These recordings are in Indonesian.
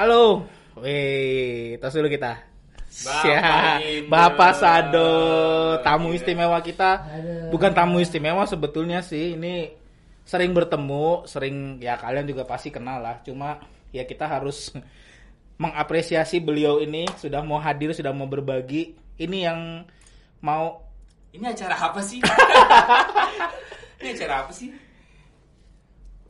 Halo. Wih, tos dulu kita. Bapak Siap. Indo. Bapak Sado, tamu Iya. istimewa kita. Aduh. Bukan tamu istimewa sebetulnya sih, ini sering bertemu, sering ya kalian juga pasti kenal lah. Cuma ya kita harus mengapresiasi beliau ini sudah mau hadir, sudah mau berbagi. Ini yang mau Ini acara apa sih? ini acara apa sih?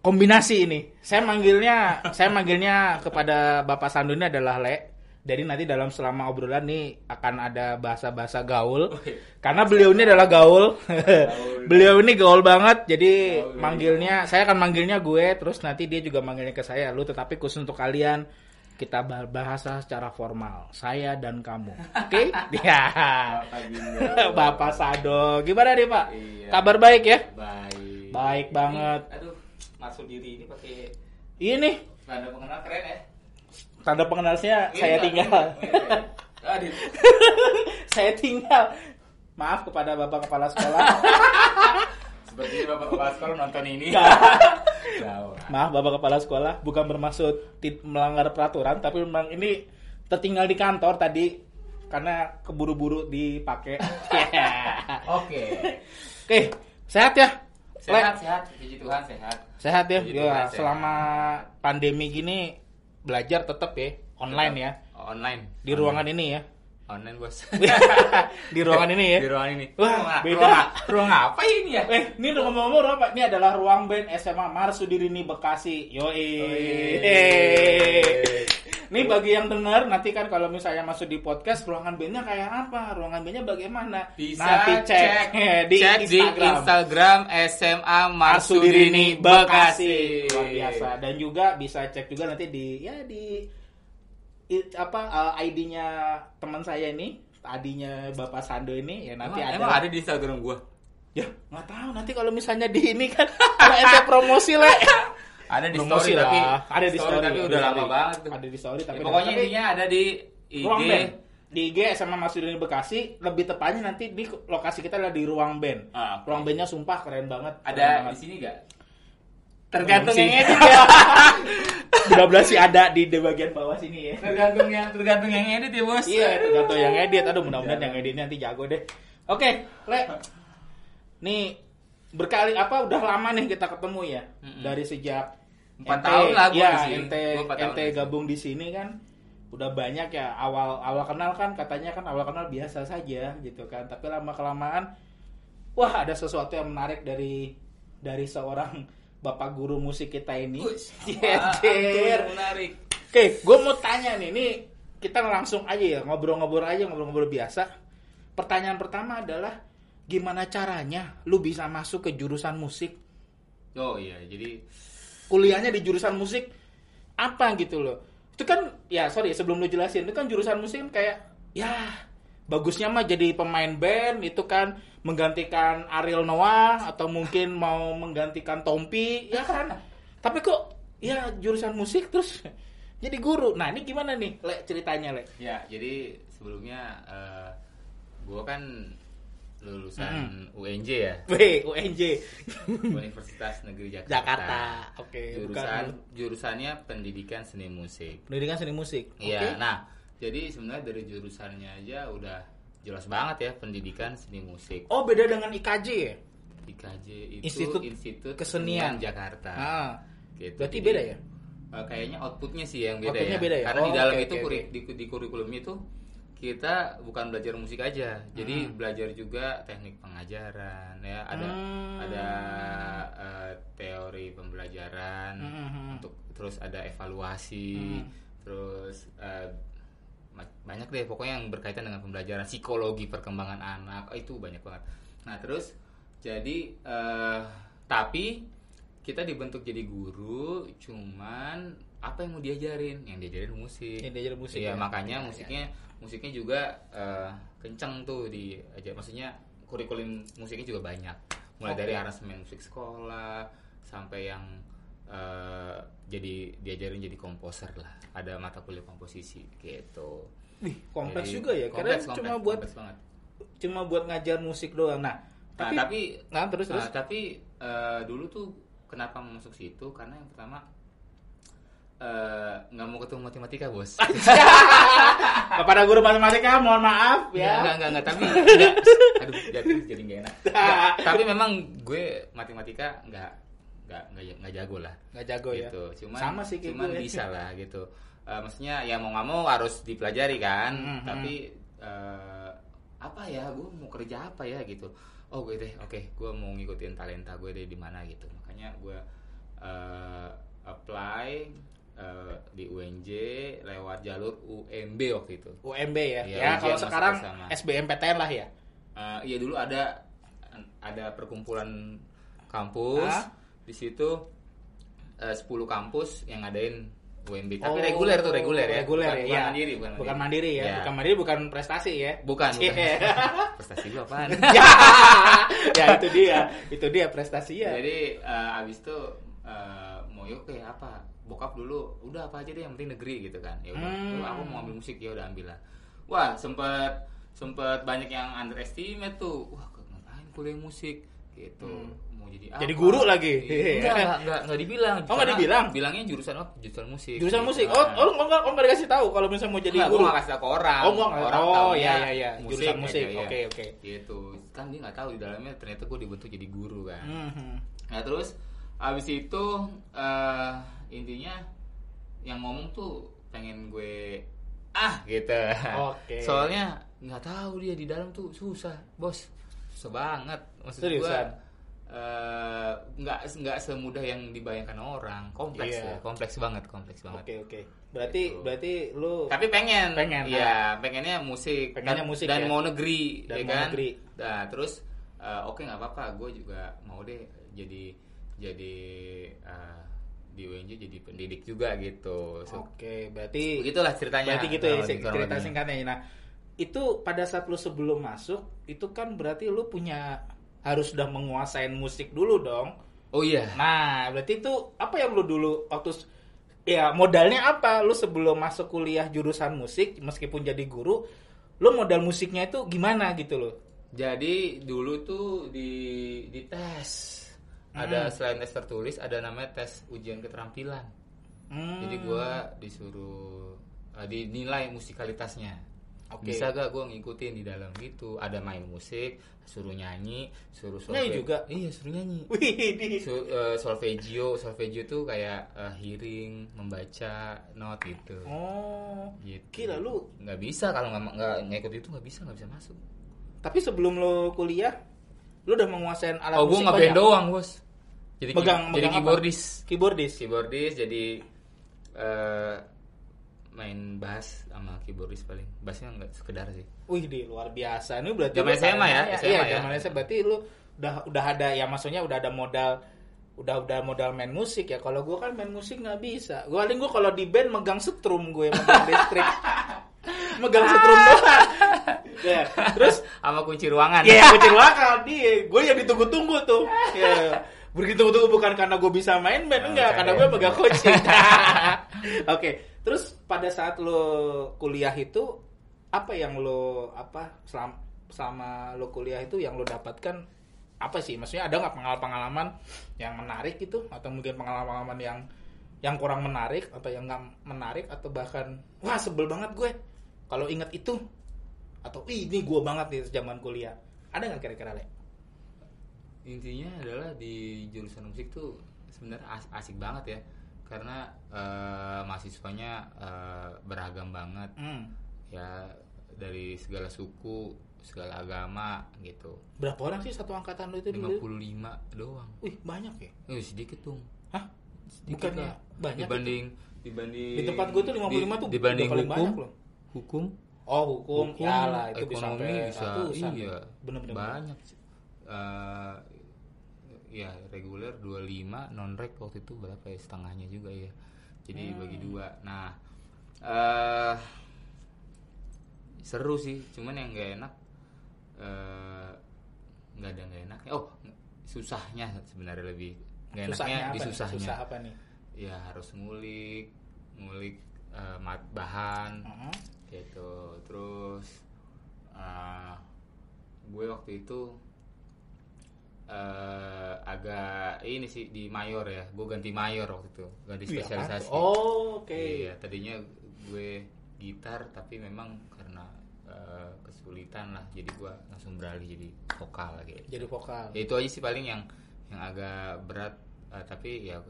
kombinasi ini. Saya manggilnya, saya manggilnya kepada Bapak Sandu ini adalah Le. Jadi nanti dalam selama obrolan nih akan ada bahasa-bahasa gaul. Oke. Karena beliau ini adalah gaul. beliau ini gaul banget. Jadi Gaul. iya. manggilnya, saya akan manggilnya gue. Terus nanti dia juga manggilnya ke saya. Lu tetapi khusus untuk kalian kita bah- bahasa secara formal. Saya dan kamu. Oke? Ya. Bapak Sado. Gimana nih Pak? Iya. Kabar baik ya? Baik. Baik banget. Iya Ini, aduh, masuk diri ini pakai Ini tanda pengenal keren ya. tanda pengenalnya Ini saya nggak- tinggal ini keren. Aduh. saya tinggal maaf kepada bapak kepala sekolah Sepertinya Bapak Kepala Sekolah nonton ini. Nggak. Jauh. maaf bapak kepala sekolah bukan bermaksud ti- melanggar peraturan tapi memang ini tertinggal di kantor tadi karena keburu-buru dipakai Yeah. Oke. oke sehat ya Le? Sehat, sehat. Puji Tuhan sehat. sehat ya Puji Ya, Tuhan, sehat. selama pandemi gini belajar tetap ya online ya Oh, Online. di ruangan ini ya Online bos. di ruangan ini ya Di ruangan ini. Wah, Ruang- beda. ruang- Ruang apa ini ya? Eh, ini udah ngomong-ngomong ruang apa? Ini adalah ruang band SMA Marsudirini Bekasi. Yoi. Yoi. Ini bagi yang dengar nanti kan kalau misalnya masuk di podcast ruangan bandnya kayak apa, ruangan bandnya bagaimana? Bisa nanti cek, cek, Eh, di, cek Instagram. di Instagram SMA Marsudirini Marsudirini Bekasi. Luar biasa. Dan juga bisa cek juga nanti di ya di i- apa eh, ID-nya teman saya ini, ID-nya Bapak Sando ini ya nanti ada. Nanti emang, emang ada di Instagram gua. Ya, nggak tahu nanti kalau misalnya di ini kan kalau ente promosi le. Ada di Promosi story lah. tapi ada di story, ada tapi udah di lama story. banget tuh. Ada di story Ya, tapi pokoknya tapi intinya ada di Ah, IG. ruang band. Di IG SMA Masudin Bekasi, lebih tepatnya nanti di lokasi kita adalah di ruang band. Ah, oke. Ruang bandnya sumpah keren banget. Ada keren di banget. sini enggak? Tergantung Belum yang sih. edit ya. Mudah-mudahan sih ada di, di bagian bawah sini ya. tergantung yang tergantung yang edit ya, Bos. Iya, tergantung yang edit. Aduh, mudah-mudahan yang editnya nanti jago deh. Oke, Le. Nih berkali apa udah lama nih kita ketemu ya Mm-mm. dari sejak Empat ente- tahun lah gua ya, di sini. ente Gua empat tahun ente di sini. gabung di sini kan udah banyak ya awal awal kenal kan katanya kan awal kenal biasa saja gitu kan tapi lama kelamaan wah ada sesuatu yang menarik dari dari seorang bapak guru musik kita ini Wush, apaan tuh Jejer. yang menarik. Oke, gue mau tanya nih, nih kita langsung aja ya ngobrol-ngobrol aja ngobrol-ngobrol biasa. Pertanyaan pertama adalah gimana caranya lu bisa masuk ke jurusan musik? Oh iya, jadi Kuliahnya di jurusan musik apa gitu loh? Itu kan ya sorry sebelum lu jelasin, itu kan jurusan musik kan kayak ya bagusnya mah jadi pemain band itu kan menggantikan Ariel Noah atau mungkin mau menggantikan Tompi ya kan. Tapi kok ya jurusan musik terus jadi guru. Nah, ini gimana nih Le ceritanya, Le? Ya, jadi sebelumnya eh, gua kan lulusan UNJ ya, W, UNJ, Universitas Negeri Jakarta. Jakarta. Nah, Oke, Jurusan jurusannya Pendidikan Seni Musik. pendidikan seni musik. Iya, nah, jadi sebenarnya dari jurusannya aja udah jelas banget ya Pendidikan Seni Musik. Oh, beda dengan IKJ ya? IKJ itu Institut Institut, Kesenian. Kesenian Jakarta. Ah, Gitu. berarti Jadi, beda ya? eh, kayaknya outputnya sih yang beda, Outputnya ya. beda ya? Karena di Oh, dalam oke, itu oke, kuri- di, di kurikulum itu kita bukan belajar musik aja, jadi belajar juga teknik pengajaran ya. Ada Hmm. ada eh, teori pembelajaran Hmm, hmm, hmm. untuk terus ada evaluasi, terus eh, ma- banyak deh pokoknya yang berkaitan dengan pembelajaran psikologi perkembangan anak oh, itu banyak banget. Nah terus jadi eh, tapi kita dibentuk jadi guru cuman apa yang mau diajarin? Yang diajarin musik. Yang diajarin musik Iya ya. makanya musiknya musiknya juga eh, kenceng tuh di aja maksudnya kurikulum musiknya juga banyak mulai Oh. dari aransemen musik sekolah sampai yang eh, jadi diajarin jadi komposer lah ada mata kuliah komposisi gitu Wih, kompleks Jadi, juga ya. Karena Iya, kompleks, cuma kompleks, buat kompleks banget. cuma buat ngajar musik doang. Nah, Nah, tapi tapi nah terus terus Nah, tapi eh, dulu tuh kenapa masuk situ karena yang pertama eh, nggak mau ketemu matematika bos Kepada guru matematika mohon maaf ya ya. Nah. nggak nggak nggak tapi nggak. aduh jadi jadi nggak enak Nggak, tapi memang gue matematika nggak nggak nggak nggak jago lah Nggak jago ya. gitu cuman Sama sih kayak cuman gue. bisa lah gitu Eh, maksudnya ya mau nggak mau harus dipelajari kan Mhm. tapi eh, apa ya gue mau kerja apa ya gitu oh gue deh oke gue mau ngikutin talenta gue deh di mana gitu makanya gue eh, apply eh, di UNJ lewat jalur UMB waktu itu UMB ya. ya Iya, ujian kalau masuk sekarang bersama. SBMPTN lah ya. Eh, iya dulu ada ada perkumpulan kampus Hah? di situ eh, 10 kampus yang ngadain UMB Oh, tapi reguler tuh reguler ya Reguler bukan, ya. bukan iya. mandiri Iya. bukan, Bukan mandiri ya. Bukan mandiri bukan prestasi ya. bukan, bukan. Iya. prestasi lu apaan ya. ya itu dia. Itu dia ya. prestasinya. jadi eh, abis itu eh, mau yuk kayak apa bokap dulu udah apa aja deh yang penting negeri gitu kan ya udah Hmm. "Yuk, aku mau ambil musik ya udah ambil lah wah sempet sempet banyak yang underestimate tuh wah ngapain kuliah musik gitu mau jadi apa Hmm. Jadi guru lagi. Iya. enggak enggak enggak, enggak dibilang Oh, enggak Karena dibilang? bilangnya jurusan apa jurusan musik Jurusan Gitu. musik. Oh, oh, oh, oh, nggak dikasih tahu kalau misalnya mau jadi Enggak, guru. gua nggak kasih tau ke orang Oh, gua nggak. Orang Oh, taunya ya ya ya. Jurusan aja, musik. iya. Oke, oke. gitu kan dia nggak tahu di dalamnya ternyata gue dibentuk jadi guru kan Mhm. Nah terus abis itu eh, intinya yang ngomong tuh pengen gue ah gitu. Oke. Soalnya nggak tahu dia di dalam tuh susah bos, susah banget. Maksud gue Seriusan? eh, nggak nggak semudah yang dibayangkan orang. Kompleks Iya. ya, kompleks banget, kompleks banget. Oke, oke. Berarti Gitu. berarti lu Tapi pengen, Pengen, ah. Iya, pengennya musik, Pengennya dan, musik, dan ya. mau negeri, Dan ya mau kan? negeri. Nah, terus eh, oke nggak apa-apa, gue juga mau deh jadi jadi eh, di UNJ jadi pendidik juga gitu. So, Oke, berarti Begitulah ceritanya. Berarti gitu ya Kurang sing- lebih- kurang cerita lebih. singkatnya. Nah, itu pada saat lu sebelum masuk itu kan berarti lu punya harus sudah menguasain musik dulu dong. Oh iya. Nah, berarti itu apa yang lu dulu waktu s- ya modalnya apa? Lu sebelum masuk kuliah jurusan musik meskipun jadi guru, lu modal musiknya itu gimana gitu loh. Jadi dulu tuh di di tes ada selain tes tertulis ada namanya tes ujian keterampilan. Hmm, Jadi gue disuruh eh, dinilai musikalitasnya. Oke. Bisa gak gue ngikutin di dalam gitu? Ada main musik, suruh nyanyi, suruh Nyanyi solfe- juga? Iya, suruh nyanyi. Wih, di- Su- eh, solfeggio, solfeggio tuh kayak eh, hearing, membaca not gitu. Oh. Gitu. Gila lu. Nggak bisa kalau nggak nggak ngikut itu nggak bisa nggak bisa masuk. Tapi sebelum lu kuliah, lu udah menguasain alat Oh gue musik nggak banyak? band doang bos. Jadi ki- Megang- jadi megang apa? keyboardis. Keyboardis. Keyboardis jadi eh, main bass sama keyboardis paling. Bassnya nggak sekedar sih. Wih di luar biasa ini berarti Zaman lu SMA ya, tangannya- SMA iya ya. zaman SMA berarti lu udah udah ada ya maksudnya udah ada modal udah udah modal main musik ya kalau gua kan main musik nggak bisa gua paling gua kalau di band megang setrum gue megang listrik megang setrum Ah. doang ya. terus sama kunci ruangan. ya gue ceritakan dia gue yang ditunggu-tunggu tuh ya. bertunggu-tunggu bukan karena gue bisa main band Oh, enggak ya. karena karena- gue megang coaching oke terus pada saat lo kuliah itu apa yang lo apa selama, selama lo kuliah itu yang lo dapatkan apa sih maksudnya ada nggak pengalaman-pengalaman yang menarik gitu atau mungkin pengalaman-pengalaman yang yang kurang menarik atau yang nggak menarik atau bahkan wah sebel banget gue kalau inget itu atau "Ih, ini gue banget nih zaman kuliah ada nggak kira-kira le? Intinya adalah di jurusan musik tuh sebenarnya as- asik banget ya. Karena eh, mahasiswanya eh, beragam banget Hmm. ya dari segala suku, segala agama gitu. Berapa orang sih satu angkatan lo itu dulu? 55 doang. Wih banyak ya? Eh sedikit dong. Hah? Sedikit Bukannya lah. banyak? dibanding dibanding Di tempat gue tuh 55 tuh dibanding udah paling hukum, banyak loh. hukum Oh hukum, hukum, ya lah itu bisa ekonomi sampai bisa, ratusan. iya Bener-bener. banyak Eh, ya reguler 25 non reg waktu itu berapa ya setengahnya juga ya jadi Hmm. bagi dua nah eh seru sih cuman yang nggak enak eh, nggak ada nggak enaknya oh susahnya sebenarnya lebih nggak enaknya Susahnya apa? di nih? susahnya Susah apa nih? ya harus ngulik ngulik eh, mat- bahan Heeh. gitu terus eh, gue waktu itu eh, agak ini sih di mayor ya gue ganti mayor waktu itu ganti Wih, apaan spesialisasi tuh? Oh, Iya kan? oke. Iya, tadinya gue gitar tapi memang karena eh, kesulitan lah jadi gue langsung beralih jadi vokal lagi. Jadi vokal. Ya, itu aja sih paling yang yang agak berat eh, tapi ya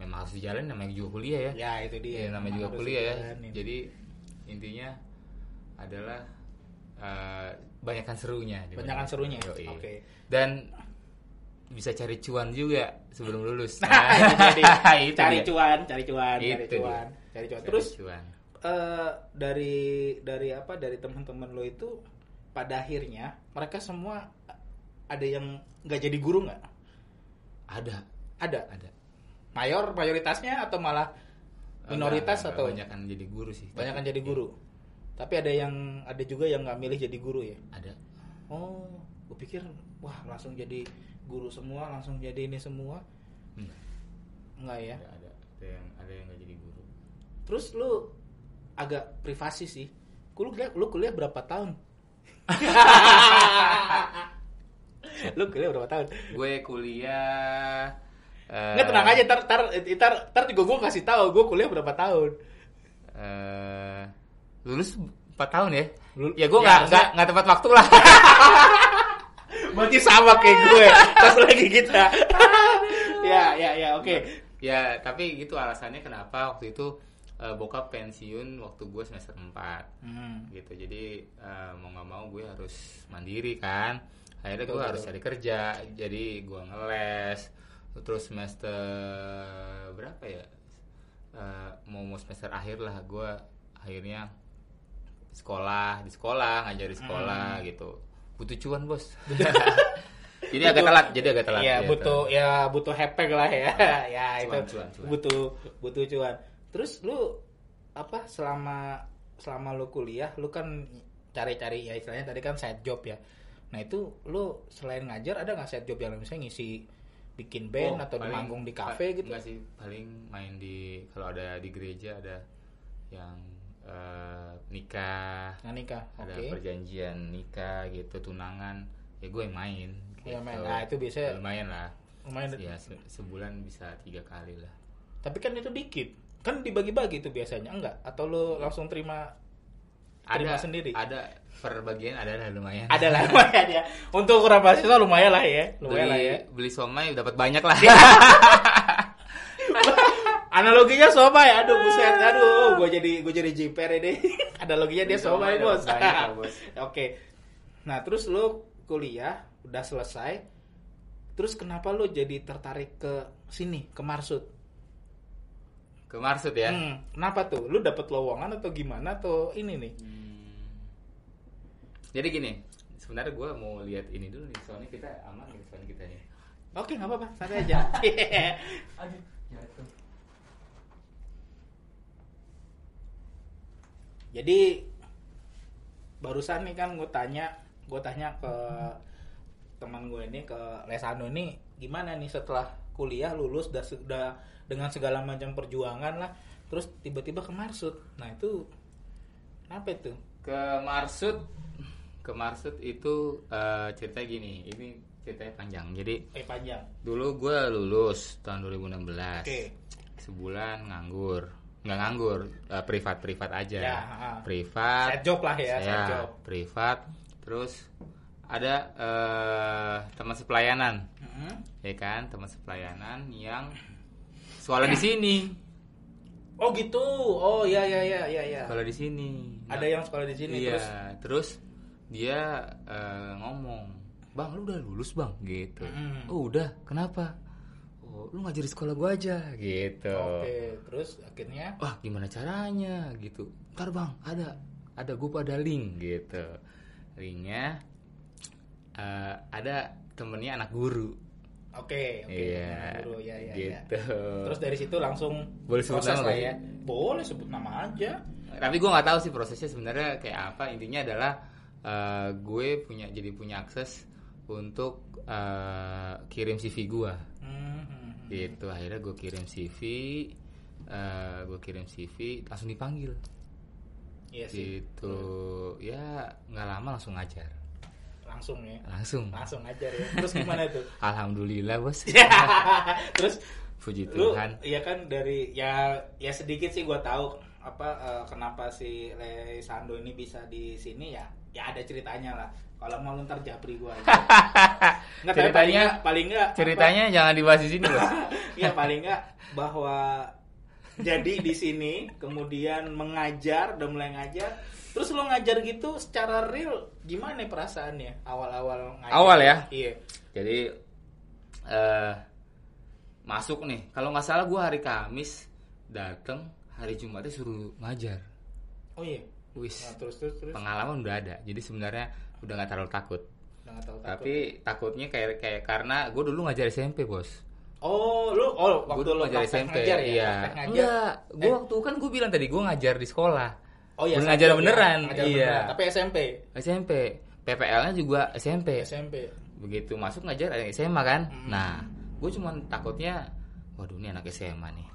memang harus dijalani namanya juga kuliah ya. Ya, itu dia. Iya, namanya Emang juga harus kuliah ya. dijalanin. Jadi intinya adalah eh, banyakkan serunya. Banyakan serunya. Yoi. Oke. Dan bisa cari cuan juga sebelum lulus. Nah, itu dia. itu cari dia. cuan, cari cuan, cari Itu dia. cuan, cari cuan. Cari Terus cuan. eh, dari dari apa dari teman-teman lo itu pada akhirnya mereka semua ada yang nggak jadi guru nggak? ada Ada. ada Mayor mayoritasnya atau malah minoritas atau banyak kan jadi guru sih banyak yang jadi guru? Tapi ada yang ada juga yang nggak milih jadi guru ya? ada Oh, gue pikir wah langsung jadi guru semua, langsung jadi ini semua. Hmm. Enggak ya. ada ada ada yang ada yang nggak jadi guru Terus lu agak privasi sih. Lu kuliah, lu kuliah berapa tahun? lu kuliah berapa tahun? gue kuliah eh, Nggak tenang aja, tar tar tar tar juga gue kasih tahu gue kuliah berapa tahun. eh, lulus 4 tahun ya Lul- ya gue ya, nggak harusnya- nggak nggak tepat waktu lah Berarti sama kayak gue pas lagi kita. ya ya ya oke. ya tapi gitu alasannya kenapa waktu itu eh, bokap pensiun waktu gue semester 4 Hmm. gitu jadi eh, mau nggak mau gue harus mandiri kan akhirnya Betul, gue betul. harus cari kerja jadi gue ngeles terus semester berapa ya Eh, mau mau semester akhir lah gue akhirnya sekolah di sekolah ngajari Hmm. sekolah gitu butuh cuan bos jadi agak telat jadi agak telat Iya gitu. butuh ya butuh hepek lah ya. ya itu Cuan, cuan, cuan. butuh butuh cuan. Terus lu apa selama selama lu kuliah lu kan cari-cari ya istilahnya tadi kan side job ya. Nah itu lu selain ngajar ada nggak side job yang lain? misalnya ngisi bikin band Oh, atau di paling- manggung di pa- kafe gitu? enggak sih paling main di kalau ada di gereja ada yang eh, nikah Nah nikah, ada gitu. oke. perjanjian nikah gitu tunangan ya gue yang main Ya, gitu. main. Nah itu Ya, biasanya lumayan lah lumayan. ya se- sebulan bisa tiga kali lah Tapi kan itu dikit. Kan dibagi-bagi itu biasanya enggak? Atau lu Iya. langsung terima terima ada sendiri? ada perbagian ada lah lumayan ada lah lumayan ya untuk ukuran mahasiswa lumayan lah ya beli lumayan lah ya Iya, beli somai dapat banyak lah analoginya somai aduh buset aduh gue jadi gue jadi jiper ini E analoginya dia Beli somai somai dapat bos banyak lah, bos. oke nah terus lu kuliah udah selesai terus kenapa lu jadi tertarik ke sini ke Marsud ke Marsud ya Hmm, kenapa tuh lu dapet lowongan atau gimana atau ini nih Hmm. jadi gini sebenarnya gue mau lihat ini dulu nih soalnya kita aman nih soalnya kita nih oke nggak apa-apa santai aja aduh jatuh Jadi barusan nih kan gue tanya, gue tanya ke teman gue ini ke Lesano ini gimana nih setelah kuliah lulus udah sudah dengan segala macam perjuangan lah, terus tiba-tiba ke Marsud. Nah itu kenapa itu? ke Marsud ke Marsud itu eh, cerita gini ini ceritanya panjang jadi Eh panjang. dulu gue lulus tahun 2016 Oke. sebulan nganggur nggak nganggur privat privat aja Ya, ha. privat Side job lah ya, side saya job. privat terus ada eh, teman sepelayanan Mhm. ya kan teman sepelayanan yang soalnya di sini Oh gitu. Oh ya ya ya ya ya. kalau di sini Ada yang sekolah di sini iya, terus. terus dia eh, ngomong, "Bang, lu udah lulus, Bang?" gitu. Mm. "Oh, udah. Kenapa?" "Oh, lu ngajar di sekolah gua aja." gitu. Oke, terus akhirnya Wah, gimana caranya gitu. Ntar, Bang, ada ada gua pada link gitu. Linknya eh, ada temennya anak guru. oke oke. Iya. Guru, ya ya ya. gitu. Terus dari situ langsung Boleh sebut proses nama lah nggak ya. Boleh sebut nama aja. tapi gue nggak tahu sih prosesnya sebenarnya kayak apa intinya adalah eh, gue punya jadi punya akses untuk eh, kirim CV gue Hmm. gitu akhirnya gue kirim CV eh, gue kirim CV langsung dipanggil Iya sih. Iya. gitu ya nggak lama langsung ngajar langsung ya langsung langsung aja ya terus gimana tuh alhamdulillah bos terus puji Iya. lu Tuhan iya kan dari ya ya sedikit sih gua tahu apa eh, kenapa si Le Sando ini bisa di sini ya ya ada ceritanya lah kalau mau lu ntar japri gua aja Nggak, tapi paling Ceritanya- nggak- paling nggak apa- ceritanya jangan dibahas di sini bos ya paling nggak bahwa jadi di sini kemudian mengajar udah mulai ngajar terus lo ngajar gitu secara real gimana perasaannya awal-awal ngajar Awal ya? iya jadi eh masuk nih kalau nggak salah gue hari Kamis dateng hari Jumatnya suruh ngajar oh iya wis Nah, terus terus terus pengalaman udah ada jadi sebenarnya udah nggak terlalu takut Udah nggak tahu takut. tapi takutnya kayak kayak karena gue dulu ngajar SMP bos oh lu oh Gua waktu dulu lu ngajar praktek SMP ngajar ya iya praktek ngajar Eh. enggak gue waktu kan gue bilang tadi gue ngajar di sekolah oh iya Belum ngajar SMP, beneran, ngajar iya. beneran. tapi SMP SMP PPL-nya juga SMP SMP begitu masuk ngajar anak SMA kan Hmm. nah gue cuman takutnya waduh ini anak SMA nih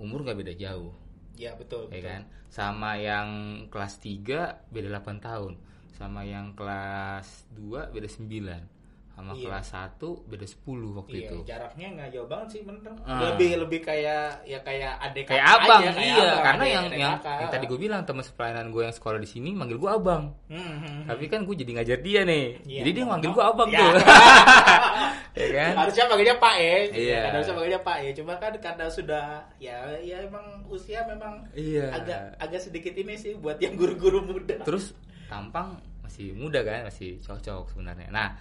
umur nggak beda jauh ya betul betul. ya kan sama yang kelas 3 beda 8 tahun sama yang kelas 2 beda 9 sama Iya. kelas 1 beda 10 waktu Iya, itu jaraknya nggak jauh banget sih bener. Ah. Lebih lebih kayak ya kayak adek kayak kakak abang aja, kayak iya abang, karena adek- yang adek yang, kakak. yang tadi gue bilang teman sepelayanan gue yang sekolah di sini manggil gue abang Hmm, hmm, hmm. tapi kan gue jadi ngajar dia nih Iya, jadi dia mau- manggil mau- gue abang Iya. tuh ya kan harusnya panggilnya Pak ya. Iya. Kadang harusnya panggilnya Pak ya. Cuma kan karena sudah ya ya emang usia memang iya agak agak sedikit ini sih buat yang guru-guru muda. terus tampang masih muda kan masih cocok sebenarnya nah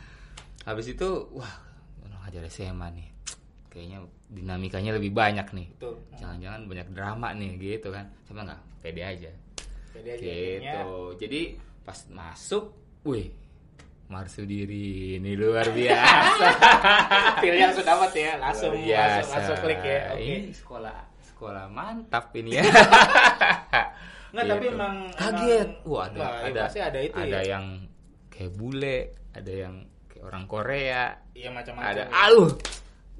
habis itu wah orang ngajar SMA nih kayaknya dinamikanya lebih banyak nih Betul. jangan-jangan banyak drama nih gitu kan sama nggak pede aja Jadi aja akhirnya gitu jadi pas masuk wih Marsu diri ini luar biasa feel-nya langsung dapat ya. Langsung Luar biasa. Iya. langsung, langsung klik ya. Oke. ini sekolah sekolah mantap ini ya Nggak, tapi Gitu. emang kaget emang- wah ada Wah, ya ada pasti ada itu ya. ada yang kayak bule ada yang kayak orang Korea Iya macam-macam. ada ya. aduh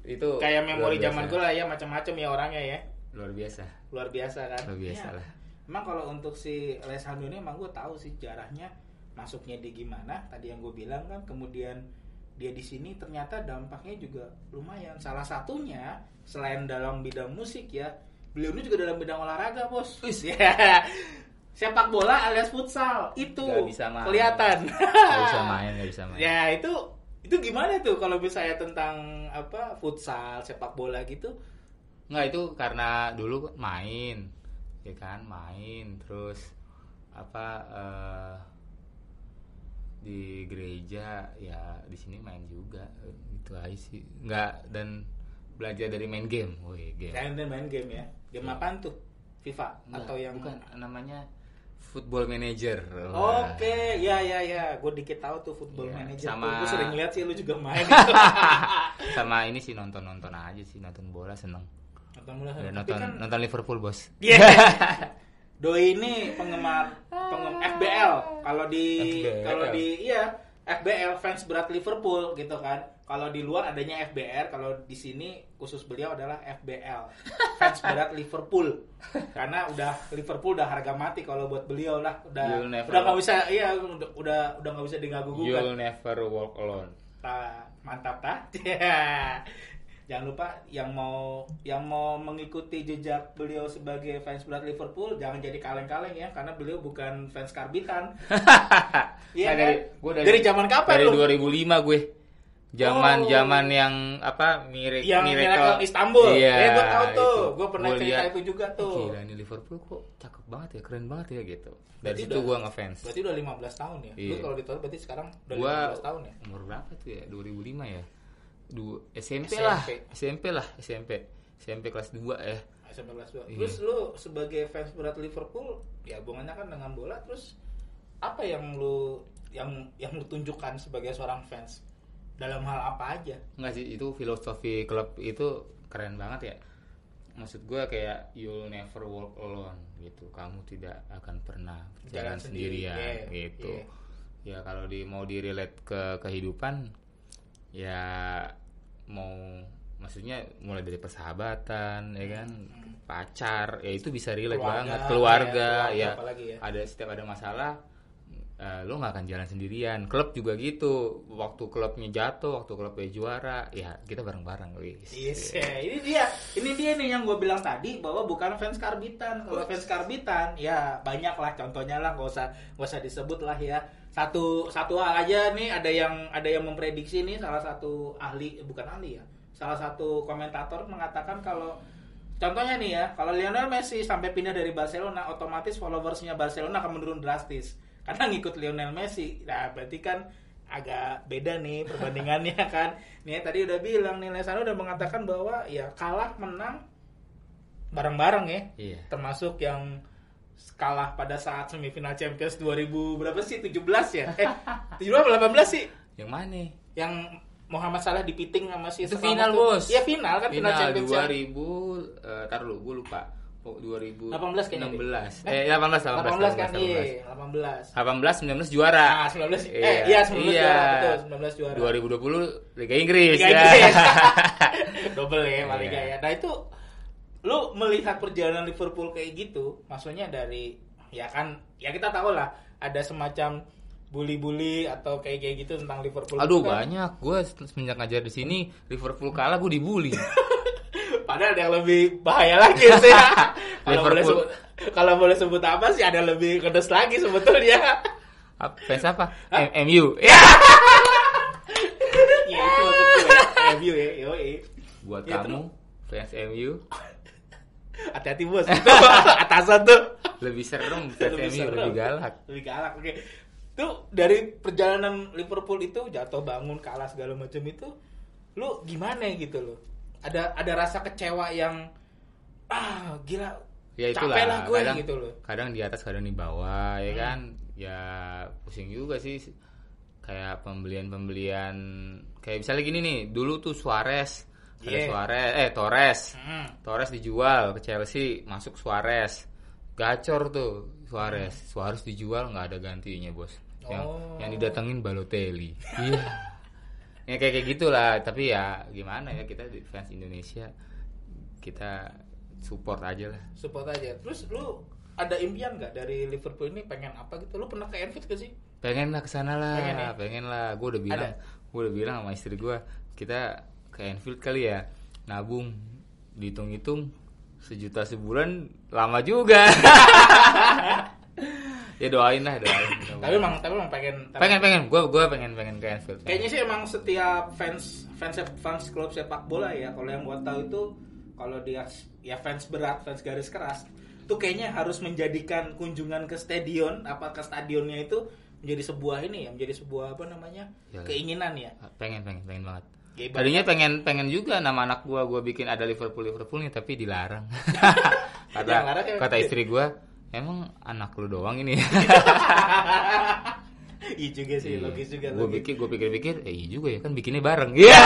itu Kayak memori luar biasa. zaman gue lah ya macam-macam ya orangnya ya. luar biasa Luar biasa kan. luar biasa Ya, lah Emang kalau untuk si Alessandro ini emang gue tahu sih sejarahnya masuknya di gimana. Tadi yang gue bilang kan kemudian dia di sini ternyata dampaknya juga lumayan. Salah satunya selain dalam bidang musik ya, beliau ini juga dalam bidang olahraga bos. Ya. Sepak bola alias futsal itu Nggak bisa main. kelihatan. nggak bisa main nggak bisa main ya itu itu gimana tuh kalau misalnya tentang apa futsal sepak bola gitu? nggak itu karena dulu main ya kan main terus apa eh, di gereja ya di sini main juga itu aja sih nggak dan belajar dari main game woi game Jangan main game ya. Game apaan tuh? FIFA Iya. Nggak, atau yang bukan namanya football manager Wah. Oke, ya ya ya, gue dikit tahu tuh football Iya, manager. sama- Gue sering lihat sih lu juga main. sama ini sih nonton nonton aja sih nonton bola seneng Nonton mulu. Ya, Tapi nonton kan, nonton Liverpool bos Iya. Doi ini penggemar penggemar FBL. Kalau di FBL. kalau di iya FBL fans berat Liverpool gitu kan. Kalau di luar adanya FBR, kalau di sini khusus beliau adalah FBL fans berat Liverpool. Karena udah Liverpool udah harga mati kalau buat beliau lah. Udah You'll never udah nggak bisa iya udah udah udah nggak bisa diganggu gugat. You'll never walk alone Ta- mantap ta Ya. jangan lupa yang mau yang mau mengikuti jejak beliau sebagai fans berat Liverpool jangan jadi kaleng-kaleng ya karena beliau bukan fans karbitan iya Nah, kan? dari- dari, gua dari- zaman kapan dari lu 2005 gue zaman Oh. zaman yang apa mirip yang Miracle Istanbul iya eh gue tahu tuh itu. gue pernah Gua cerita lihat, itu juga tuh gila ini Liverpool kok cakep banget ya keren banget ya gitu dari Berarti situ udah- gue ngefans berarti udah 15 tahun ya lu Iya. kalau ditaruh berarti sekarang udah Gua 15 tahun ya umur berapa tuh ya 2005 ya Dua, SMP, SMP. lah SMP lah SMP SMP kelas 2 ya SMP kelas dua. Iya. Terus lu sebagai fans berat Liverpool, ya hubungannya kan dengan bola, terus apa yang lu yang yang lu tunjukkan sebagai seorang fans dalam hal apa aja? Enggak sih itu filosofi klub itu keren banget ya maksud gue kayak you'll never walk alone gitu kamu tidak akan pernah Jalan jalan sendiri, sendirian iya, gitu ya kalau di mau di relate ke kehidupan ya mau maksudnya mulai dari persahabatan ya kan pacar ya itu bisa relate Keluarga, banget keluarga iya, keluarga ya, apalagi ya. ada setiap ada masalah eh, lo nggak akan jalan sendirian klub juga gitu waktu klubnya jatuh waktu klubnya juara ya kita bareng-bareng guys Yes, ya. ini dia, ini dia nih yang gue bilang tadi bahwa bukan fans karbitan. Kalau fans karbitan, ya banyak lah contohnya lah, nggak usah nggak usah disebut lah ya. Satu satu hal aja nih ada yang ada yang memprediksi nih salah satu ahli bukan ahli ya, salah satu komentator mengatakan kalau contohnya nih ya, kalau Lionel Messi sampai pindah dari Barcelona, otomatis followersnya Barcelona akan menurun drastis karena ngikut Lionel Messi. Nah berarti kan agak beda nih perbandingannya kan. Nih tadi udah bilang nih Lesano udah mengatakan bahwa ya kalah menang bareng-bareng ya. iya Termasuk yang kalah pada saat semifinal Champions 2000 berapa sih 17 ya? Eh 17 apa 18 sih yang mana yang Muhammad Salah dipiting sama si Itu Selamat final, tuh. Bos. Iya final kan final, final Champions. 2000 eh, tar lu gue lupa Pok- 18 2000 kayaknya, 16 eh 18 18 18 kan 18 iya 18. 18 19 juara Ah 19 eh iya 19 juara betul 19 juara. 2020 Liga Inggris. Liga ya. Inggris. Double ya paling Iya. gaya. Nah itu lu melihat perjalanan Liverpool kayak gitu, maksudnya dari ya kan ya kita tahu lah ada semacam bully-bully atau kayak kayak gitu tentang Liverpool. Aduh Itu kan, banyak. Gue semenjak ngajar di sini Liverpool kalah gue dibully. Padahal ada yang lebih bahaya lagi sih. kalau boleh sebut Liverpool. kalau boleh sebut apa sih ada lebih kedes lagi sebetulnya. Ap- Fans apa? M- MU. Ya. ya itu maksud gue. Review ya, yoi. Buat Ya, kamu fans MU Hati-hati bos. Itu atasan tuh. lebih serem fans Lebih MU serem. lebih galak. lebih galak oke tuh dari perjalanan Liverpool itu jatuh bangun kalah segala macam itu lu gimana gitu lo ada ada rasa kecewa yang ah gila Ya itulah. capek lah gue kadang, gitu Hmm. lo kadang di atas kadang di bawah ya kan. Ya pusing juga sih kayak pembelian-pembelian kayak misalnya gini nih dulu tuh Suarez ada Yeah. Suarez eh Torres hmm. Torres dijual ke Chelsea, masuk Suarez. Gacor tuh Suarez. Suarez dijual nggak ada gantinya, Bos. Yang Oh. yang didatengin Balotelli. Iya. ya kayak kayak gitulah, tapi ya gimana ya kita di fans Indonesia kita support aja lah. support aja terus lu ada impian nggak dari Liverpool ini pengen apa gitu lu pernah ke Anfield gak sih Pengen lah kesana lah, Pengen pengen, ya? lah. Gue udah bilang, gue udah bilang sama istri gue, kita ke Anfield kali ya, nabung, dihitung-hitung sejuta sebulan lama juga. ya doain lah, doain. doain. tapi emang tapi emang pengen tapi- pengen pengen, gue gue pengen pengen ke Anfield. Kayaknya sih emang setiap fans fans fans klub sepak bola ya, kalau yang gua tahu itu kalau dia ya fans berat, fans garis keras, tuh kayaknya harus menjadikan kunjungan ke stadion apa ke stadionnya itu menjadi sebuah ini ya, menjadi sebuah apa namanya Ya. keinginan ya. pengen pengen pengen banget. Ya, ibarat- Tadinya pengen pengen juga nama anak gue, gue bikin ada Liverpool Liverpoolnya tapi dilarang. Yang larang kata ya- kata istri gue, emang anak lu doang ini. Iya juga sih, logis juga. Gue logis. pikir, gue pikir-pikir, eh iya juga ya kan bikinnya bareng. Iya.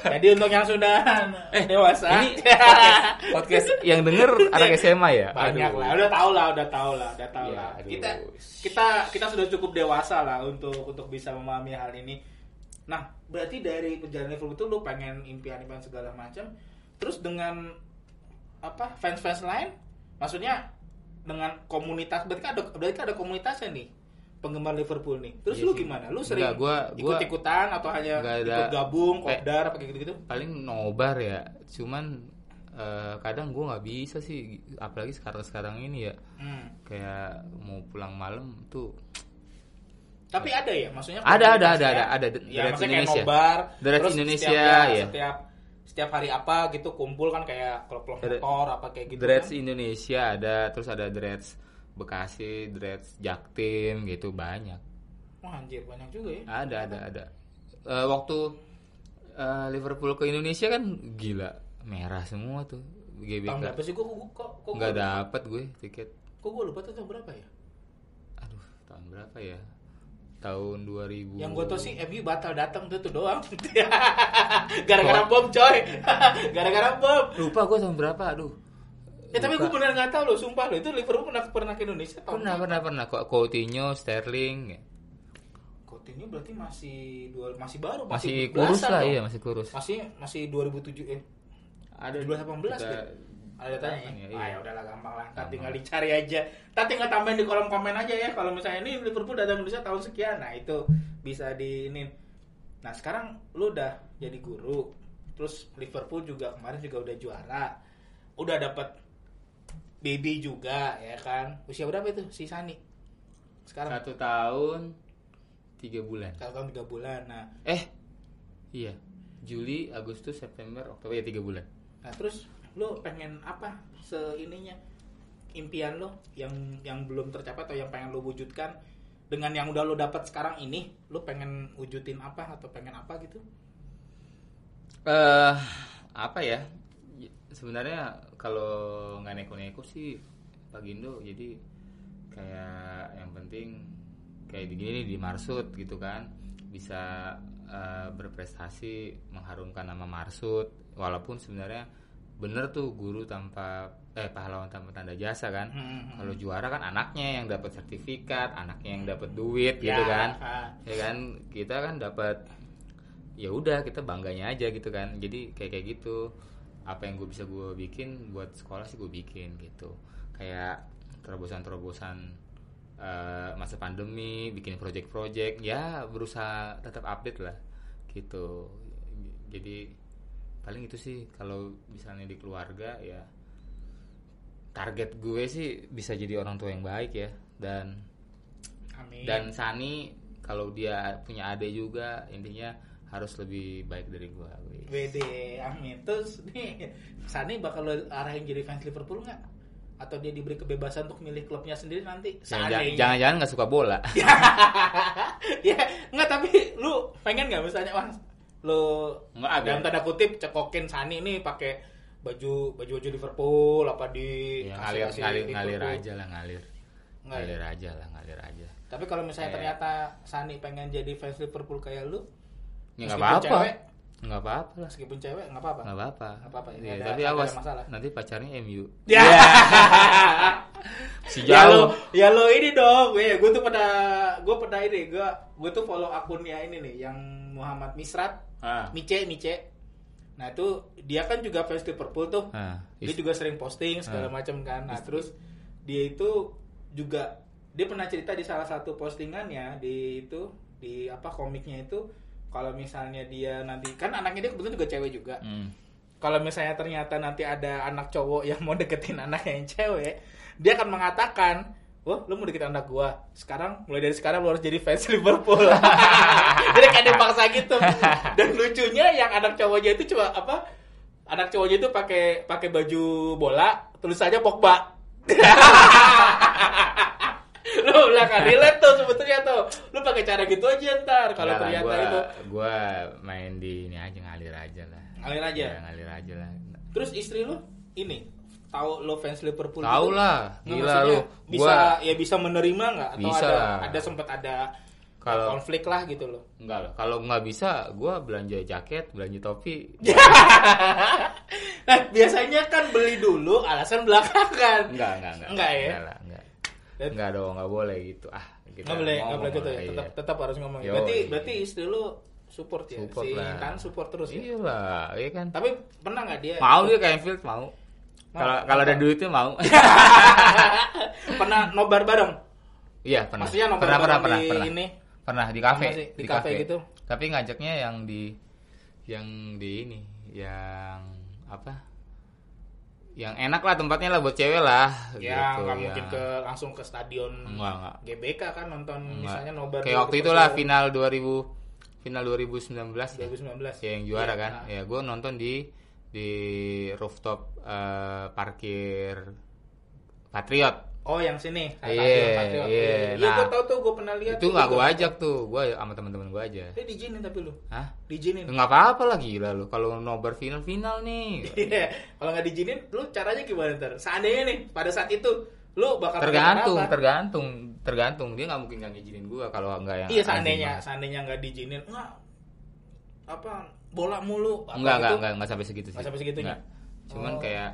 Jadi untuk yang sudah eh dewasa Ini podcast, podcast yang denger anak SMA ya. Iya. banyak Aduh. lah, udah tau lah, udah tau lah, udah tau Ya, lah. aduh. Kita kita kita sudah cukup dewasa lah untuk untuk bisa memahami hal ini. Nah, berarti dari perjalanan Liverpool itu lu pengen impian-impian segala macam. Terus dengan apa fans-fans lain, maksudnya dengan komunitas berarti kan ada berarti kan ada komunitasnya nih penggemar Liverpool nih. Terus Iya lu sih. gimana? Lu sering Enggak, gua- gua- ikut-ikutan atau hanya Enggak ada. ikut gabung, Kayak- kopdar apa kayak gitu-gitu? Paling nobar ya. Cuman eh, kadang gue nggak bisa sih, apalagi sekarang-sekarang ini ya. Hmm. Kayak mau pulang malam tuh. Tapi ada ya, maksudnya Ada, ada, ada, komunitasnya? ada, ada. ya The maksudnya Reds kayak Indonesia. nobar The Reds terus Indonesia, setiap, ya. setiap setiap hari apa gitu kumpul kan kayak klub-klub The Red- motor apa kayak gitu Dreads kan. Indonesia ada, terus ada Dreads Bekasi, Dreads Jaktim gitu banyak. wah anjir banyak juga ya Ada, ada, ada. Eh, waktu eh, Liverpool ke Indonesia kan gila, merah semua tuh. tahun GBK berapa sih gua kok kok kok nggak dapat gue tiket. kok gua lupa tuh tahun berapa ya Aduh, tahun berapa ya? Tahun 2000. yang gua tau sih MU batal datang tuh tuh doang gara-gara bom coy gara-gara bom Lupa gue tahun berapa, aduh. ya tapi gua bener nggak tahu loh sumpah loh itu Liverpool pernah pernah ke Indonesia tahun Pernah, pernah, pernah. Kok Coutinho, Sterling ya. Coutinho berarti masih dua, masih baru masih belasan kurus lah dong. iya, masih kurus. masih masih 2007 eh Ada 17, 18 kita- Ada datanya ya? Datanya, iya. Ah ya udahlah gampang lah. Ntar Gampang. tinggal dicari aja. Ntar tinggal tambahin di kolom komen aja ya. Kalau misalnya ini Liverpool datang ke Indonesia tahun sekian. Nah itu bisa di ini. Nah sekarang lu udah jadi guru. Terus Liverpool juga kemarin juga udah juara. Udah dapat baby juga ya kan. Usia berapa itu si Sani? Sekarang Satu tahun tiga bulan. satu tahun tiga bulan. Nah, Eh, iya. Juli, Agustus, September, Oktober ya tiga bulan. nah terus lu pengen apa seininya impian lo yang yang belum tercapai atau yang pengen lo wujudkan dengan yang udah lo dapat sekarang ini lo pengen wujudin apa atau pengen apa gitu Eh, apa ya? Y- Sebenarnya kalau nggak neko-neko sih Pak Gindo jadi kayak yang penting kayak begini nih di Marsud gitu kan bisa eh, berprestasi mengharumkan nama Marsud walaupun sebenarnya bener tuh guru tanpa eh pahlawan tanpa tanda jasa kan Hmm. kalau juara kan anaknya yang dapat sertifikat anaknya yang dapat duit gitu kan ah, ya kan kita kan dapat ya udah kita bangganya aja gitu kan jadi kayak kayak gitu apa yang gue bisa gue bikin buat sekolah sih gue bikin gitu kayak terobosan-terobosan eh, masa pandemi bikin project-project ya berusaha tetap update lah gitu jadi paling itu sih kalau misalnya di keluarga ya target gue sih bisa jadi orang tua yang baik ya dan amin dan Sani kalau dia punya adik juga intinya harus lebih baik dari gua. wih. WD amin terus nih Sani bakal lo arahin jadi fans Liverpool nggak atau dia diberi kebebasan untuk milih klubnya sendiri nanti Jangan- seandainya Jangan-jangan nggak suka bola. ya nggak tapi lu pengen nggak misalnya wah lu Nggak ada. dalam tanda kutip cekokin Sani nih pakai baju baju baju Liverpool apa di Ya, kasih- ngalir, kasih ngalir, Liverpool. ngalir aja lah ngalir. Ngalir. Ngalir Iya. aja lah ngalir aja. tapi kalau misalnya Kayak- ternyata Sani pengen jadi fans Liverpool kayak lu Meskipun Ya, nggak apa-apa. cewek. Nggak apa-apa lah. meskipun cewek nggak apa-apa Nggak apa-apa. Nggak apa-apa, ini Ya, ada- tapi ada awas masalah. nanti pacarnya MU. ya Iya. Si ya lo jauh. ya lo ini dong gue gue tuh pada gue pada ini gue gue tuh follow akunnya ini nih yang Muhammad Misrat Ah. Mice Mice nah itu dia kan juga fans Liverpool tuh Ah. dia juga sering posting segala macam kan nah terus dia itu juga dia pernah cerita di salah satu postingannya di itu di apa komiknya itu kalau misalnya dia nanti kan anaknya dia kebetulan juga cewek juga Hmm. kalau misalnya ternyata nanti ada anak cowok yang mau deketin anak yang cewek dia akan mengatakan Wah, lu mau deketin anak gua. Sekarang mulai dari sekarang lu harus jadi fans Liverpool. Jadi kayak dipaksa gitu. Dan lucunya yang anak cowoknya itu cuma apa? Anak cowoknya itu pakai pakai baju bola, tulisannya Pogba. lu lah kan relate tuh sebetulnya tuh. Lu pakai cara gitu aja ntar kalau Nggak lah, ternyata gua, itu gua main di ini aja ngalir aja lah. ngalir aja. Ya, ngalir aja lah. Terus istri lu ini tahu lo fans Liverpool? Tahu gitu? lah, Nggak, gila maksudnya lu. Bisa Gua- ya bisa menerima nggak? Atau Bisa ada lah. ada sempat ada Kalau- konflik lah gitu loh. Enggak lah, kalau nggak bisa, gue belanja jaket, belanja topi. Ya. Nah biasanya kan beli dulu alasan belakangan. Enggak, enggak, enggak. Enggak ya? Enggak lah, enggak. Dan- Enggak dong, enggak boleh gitu. Ah, kita Nggak boleh ngomong nggak boleh gitu ya. lah, Tetap iya. tetap harus ngomong. ya. Yo, berarti iya. berarti istri lu support ya. Support si lah. Intan support terus ya. Iya. Iya lah, iya kan. Tapi pernah nggak dia? Mau dia ke Enfield, mau. Kalau kalau ada duitnya mau. pernah nobar bareng? Iya, pernah. Maksudnya nobar pernah, pernah, bareng pernah, di pernah. ini? Pernah di kafe, Apa sih? Di kafe gitu? Tapi ngajaknya yang di yang di ini, yang apa? Yang enak lah tempatnya lah buat cewek lah. Ya gitu, nggak ya. mungkin ke langsung ke stadion Enggak, enggak. GBK kan nonton Enggak. misalnya nobar. kayak dulu waktu ke itulah Persela. final 2000 final 2019 ya, 2019. ya yang juara Iya, kan nah. ya gue nonton di di rooftop eh, parkir Patriot Oh, yang sini. Iya, Patriot, Patriot. iya. Iya, Nah, gue tau tuh, gue pernah lihat. itu nggak gue ajak tuh gue sama teman-teman gue aja Dia diizinin tapi lu. Hah? Diizinin. nggak apa-apa lah gila lu kalau nobar final final nih Iya. Kalau nggak diizinin, lu caranya gimana ntar? Seandainya nih, pada saat itu, lu bakal tergantung kenapa? tergantung tergantung dia nggak mungkin nggak ngizinin gue kalau nggak yang Iya, seandainya. Seandainya nggak diizinin. Nggak. Apa, bola mulu. apa Enggak, enggak, gitu. enggak, enggak sampai segitu sih. Nggak sampai segitunya? Nggak. Cuman Oh. kayak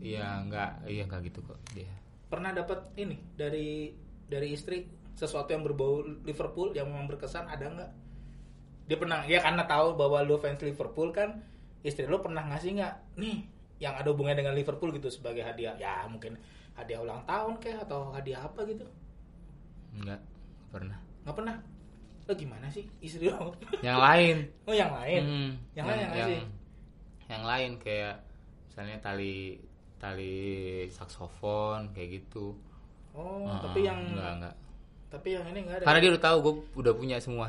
Iya, enggak, iya enggak gitu kok dia. Pernah dapat ini dari dari istri sesuatu yang berbau Liverpool yang memang berkesan ada nggak? Dia pernah ya karena tahu bahwa lu fans Liverpool kan istri lu pernah ngasih nggak nih yang ada hubungannya dengan Liverpool gitu sebagai hadiah ya mungkin hadiah ulang tahun kayak atau hadiah apa gitu Enggak, nggak pernah. nggak pernah lo gimana sih istri lo Yang lain. oh yang lain Hmm, Yang lain, yang lain sih. yang lain kayak misalnya tali tali saksofon kayak gitu. oh Ah, tapi yang enggak enggak. tapi yang ini nggak ada Karena dia udah tahu gue udah punya semua.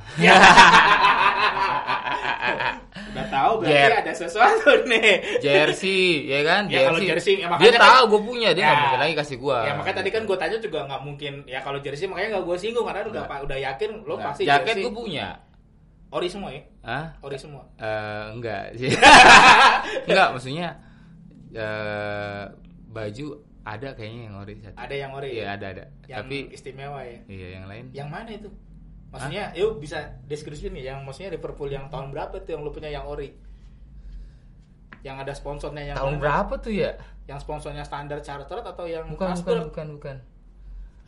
udah tahu berarti Jer. ada sesuatu nih jersey, ya kan? Ya, kalau jersey, ya dia makanya kan- tahu gue punya, dia nggak Ya. mungkin lagi kasih gue. ya makanya tadi kan gue tanya juga nggak mungkin ya kalau jersey makanya nggak gue singgung karena udah udah yakin lo pasti Nah, jaket jersey gue punya. ori semua ya Hah? ori semua Eh, enggak sih. enggak, maksudnya eh baju ada kayaknya yang ori satu. ada yang ori Iya, ya ada ada. yang Tapi istimewa ya iya yang lain. yang mana itu maksudnya yuk bisa deskripsi nih yang maksudnya Liverpool yang tahun berapa tuh yang lo punya yang ori yang ada sponsornya yang Tahun mana? berapa tuh ya? yang sponsornya standar chartered atau yang Bukan, bukan, Aston? bukan, bukan.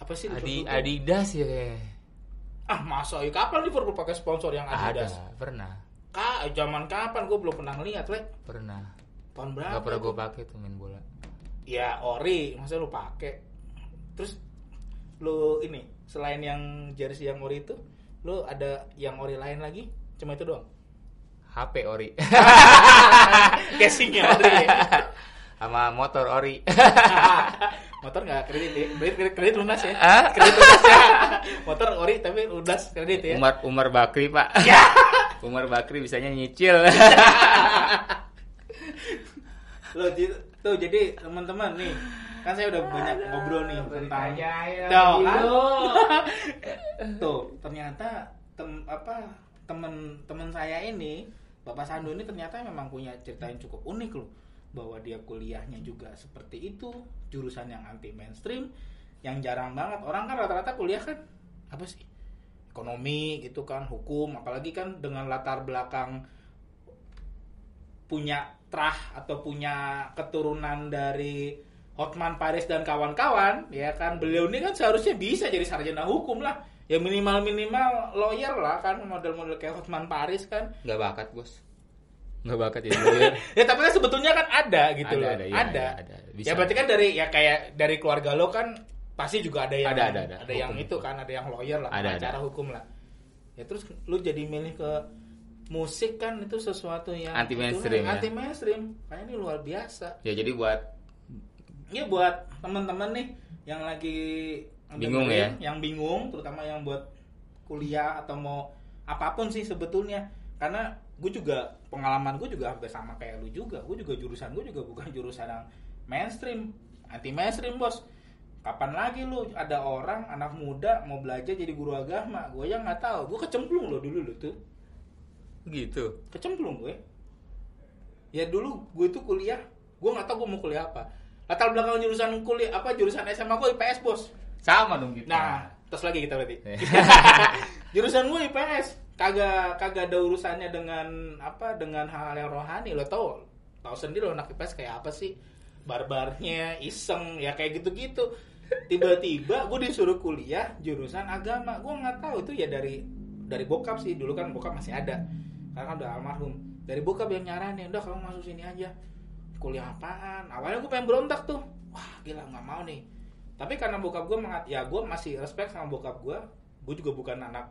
apa sih Adi, Liverpool tuh? Adidas ya kayaknya. ah masa ya kapan Liverpool pakai sponsor yang Ada, Adidas pernah, Ka, zaman kapan gue belum pernah lihat lek pernah. tahun berapa Gak pernah itu? gue pakai tuh main bola. ya ori masa lu pakai terus lu ini selain yang jersey yang ori itu lu ada yang ori lain lagi cuma itu doang HP ori casingnya ori sama motor ori. motor nggak kredit ya kredit, kredit, kredit lunas ya Ah? kredit lunas ya motor ori tapi lunas kredit ya Umar Umar Bakri pak. Umar Bakri bisanya nyicil. Loh, jadi- tuh jadi teman-teman nih kan saya udah banyak ngobrol nih tentang ditanyain Tuh, lagi kan? lu. tuh ternyata tem apa temen temen saya ini bapak Sandu ini ternyata memang punya cerita yang cukup unik loh bahwa dia kuliahnya juga seperti itu jurusan yang anti mainstream yang jarang banget orang kan rata-rata kuliah kan apa sih ekonomi gitu kan hukum apalagi kan dengan latar belakang punya trah atau punya keturunan dari Hotman Paris dan kawan-kawan ya kan beliau ini kan seharusnya bisa jadi sarjana hukum lah ya minimal minimal lawyer lah kan model-model kayak Hotman Paris kan Gak bakat bos. Gak bakat ya. lawyer. ya tapi kan sebetulnya kan ada gitu Ada, loh ada, iya, ada, ada. Bisa. ya berarti kan dari ya kayak dari keluarga lo kan pasti juga ada yang Ada, ada, ada. yang Hukum. itu kan ada yang lawyer lah Ada, pengacara hukum lah ya terus lu jadi milih ke musik kan itu sesuatu yang Anti mainstream, ya. anti mainstream kayaknya ini luar biasa ya jadi buat Ini Iya, buat teman-teman nih yang lagi Bingung ya? yang bingung, terutama yang buat kuliah atau mau apapun sih sebetulnya. Karena gue juga pengalaman gue juga hampir sama kayak lu juga. Gue juga jurusan gue juga bukan jurusan yang mainstream, anti mainstream bos. Kapan lagi lu ada orang anak muda mau belajar jadi guru agama? Gue yang nggak tahu. Gue kecemplung lo dulu lo tuh gitu. kecemplung gue ya dulu gue itu kuliah gue nggak tahu gue mau kuliah apa latar belakang jurusan kuliah apa jurusan SMA gue IPS bos Sama dong gitu. nah terus lagi kita berarti jurusan gue IPS kagak kagak ada urusannya dengan apa dengan hal-hal yang rohani lo tau tau sendiri lo anak IPS kayak apa sih barbarnya iseng ya kayak gitu-gitu tiba-tiba gue disuruh kuliah jurusan agama gue nggak tahu itu ya dari dari bokap sih dulu kan bokap masih ada karena kan udah almarhum dari bokap yang nyaranin udah kamu masuk sini aja kuliah apaan awalnya gue pengen berontak tuh wah gila nggak mau nih tapi karena bokap gue mengat ya gue masih respect sama bokap gue gue juga bukan anak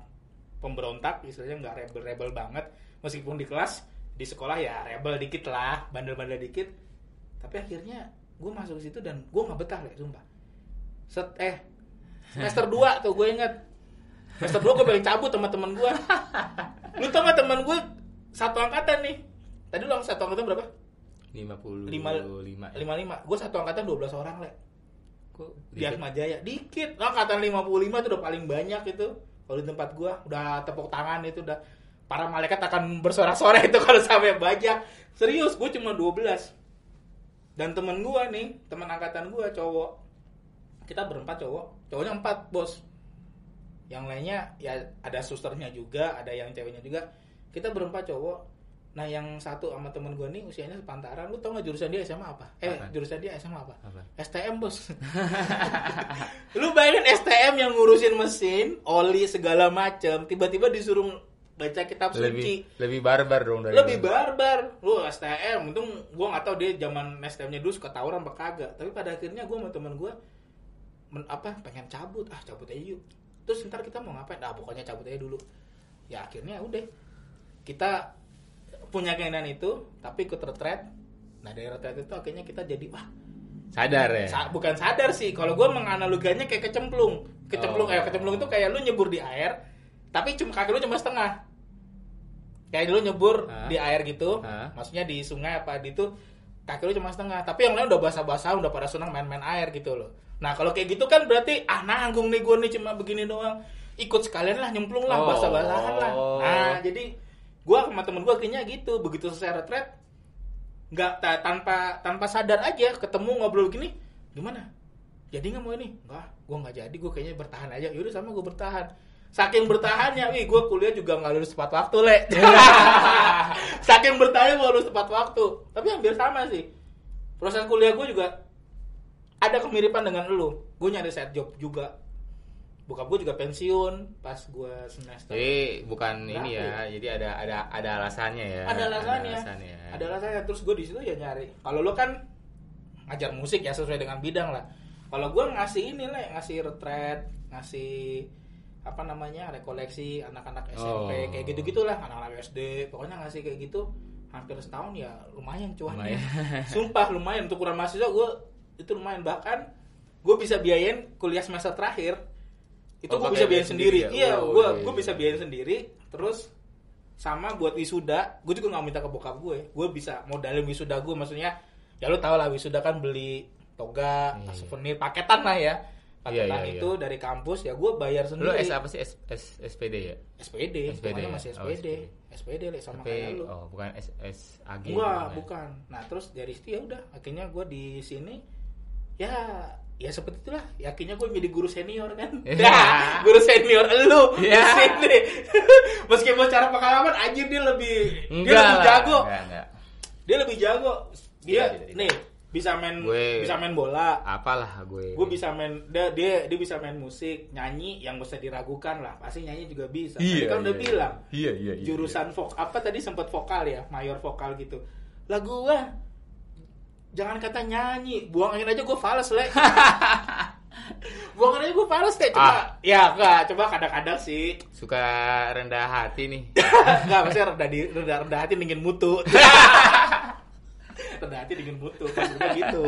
pemberontak istilahnya nggak rebel rebel banget meskipun di kelas di sekolah ya rebel dikit lah bandel bandel dikit tapi akhirnya gue masuk ke situ dan gue nggak betah lah sumpah set eh semester 2 tuh gue inget semester 2 gue pengen cabut sama teman gue lu tau gak teman gue satu angkatan nih tadi lu satu angkatan berapa 55 Lima- ya. 55 gue satu angkatan 12 orang lek Kok di dikit? Atma Jaya dikit lah angkatan 55 itu udah paling banyak itu kalau di tempat gua udah tepuk tangan itu udah para malaikat akan bersorak-sorak itu kalau sampai banyak serius gua cuma 12 dan temen gua nih teman angkatan gua cowok kita berempat cowok cowoknya empat bos yang lainnya ya ada susternya juga ada yang ceweknya juga kita berempat cowok nah yang satu sama temen gua nih usianya sepantaran lu tau gak jurusan dia SMA apa eh Apa? jurusan dia SMA apa Apa? STM bos lu bayangin STM yang ngurusin mesin oli segala macam tiba-tiba disuruh baca kitab lebih suci lebih barbar dong dari lebih dulu. barbar lu STM untung gue nggak tahu dia zaman STM-nya dulu suka tawuran apa kagak tapi pada akhirnya gue sama teman gue men, apa pengen cabut ah cabut aja yuk terus ntar kita mau ngapain ah pokoknya cabut aja dulu ya akhirnya udah kita punya keinginan itu tapi ikut retret nah dari retret itu akhirnya kita jadi wah sadar ya Sa- bukan sadar sih kalau gue menganalogannya kayak kecemplung kecemplung Oh. eh kecemplung itu kayak lu nyebur di air tapi cuma kaki lu cuma setengah kayak lu nyebur Hah? di air gitu Hah? maksudnya di sungai apa di itu kaki lu cuma setengah tapi yang lain udah basah-basah udah pada senang main-main air gitu loh nah kalau kayak gitu kan berarti ah nanggung nih gue nih cuma begini doang ikut sekalian lah nyemplung lah Oh. basah-basahan lah nah jadi gue sama temen gue kayaknya gitu begitu selesai retret nggak ta- tanpa tanpa sadar aja ketemu ngobrol gini gimana jadi nggak mau ini nggak gue nggak jadi gue kayaknya bertahan aja yaudah sama gue bertahan saking bertahannya wih gue kuliah juga nggak lulus tepat waktu le saking bertahan gue lulus tepat waktu tapi hampir sama sih proses kuliah gue juga ada kemiripan dengan lu gue nyari set job juga bokap gue juga pensiun pas gue semester jadi bukan ini Berapa ya jadi ada ada ada alasannya ya ada alasannya. ada Ada alasannya. alasannya. Terus gue di situ ya nyari. Kalau lo kan ngajar musik ya sesuai dengan bidang lah. Kalau gue ngasih ini lah, ngasih retret, ngasih apa namanya rekoleksi anak-anak SMP Oh. kayak gitu gitulah anak-anak SD pokoknya ngasih kayak gitu hampir setahun ya lumayan cuannya sumpah lumayan untuk kurang mahasiswa gue itu lumayan bahkan gue bisa biayain kuliah semester terakhir itu Oh, gue pakai bisa biayain biaya sendiri, sendiri ya? iya Oh, gue iya, gue iya. bisa biayain sendiri terus sama buat wisuda gue juga nggak minta ke bokap gue gue bisa modalin wisuda gue maksudnya ya lu tau lah wisuda kan beli toga Iya. souvenir paketan lah ya paketan Iya, iya, itu dari kampus ya gue bayar lu sendiri S apa sih S, S- SPD ya SPD, SPD, hitungannya ya? masih Oh, SPD SPD lah sama kayak SP lu oh gitu ya. bukan S S AG Enggak, bukan. Nah, terus dari situ ya udah, akhirnya gue di sini ya ya seperti itulah. Ya, akhirnya gue jadi guru senior kan. Iya. Nah, guru senior lu Iya. di sini. Meskipun cara pengalaman anjir dia lebih dia enggak lebih lah, jago. enggak, enggak. Dia lebih jago. Dia Tidak, tidak, tidak. nih bisa main Gue- Iya. bisa main bola. apalah gue Gue bisa main dia, dia dia bisa main musik, nyanyi yang gak usah diragukan lah. Pasti nyanyi juga bisa. Tadi kan udah bilang iya iya iya. jurusan vok apa tadi sempat vokal ya mayor vokal gitu lah gua jangan kata nyanyi buang angin aja gua fals le buang angin aja gua fals kayak coba Ah. ya enggak coba kadang-kadang sih suka rendah hati nih enggak maksudnya rendah di rendah, rendah hati dingin mutu rendah hati dingin mutu maksudnya gitu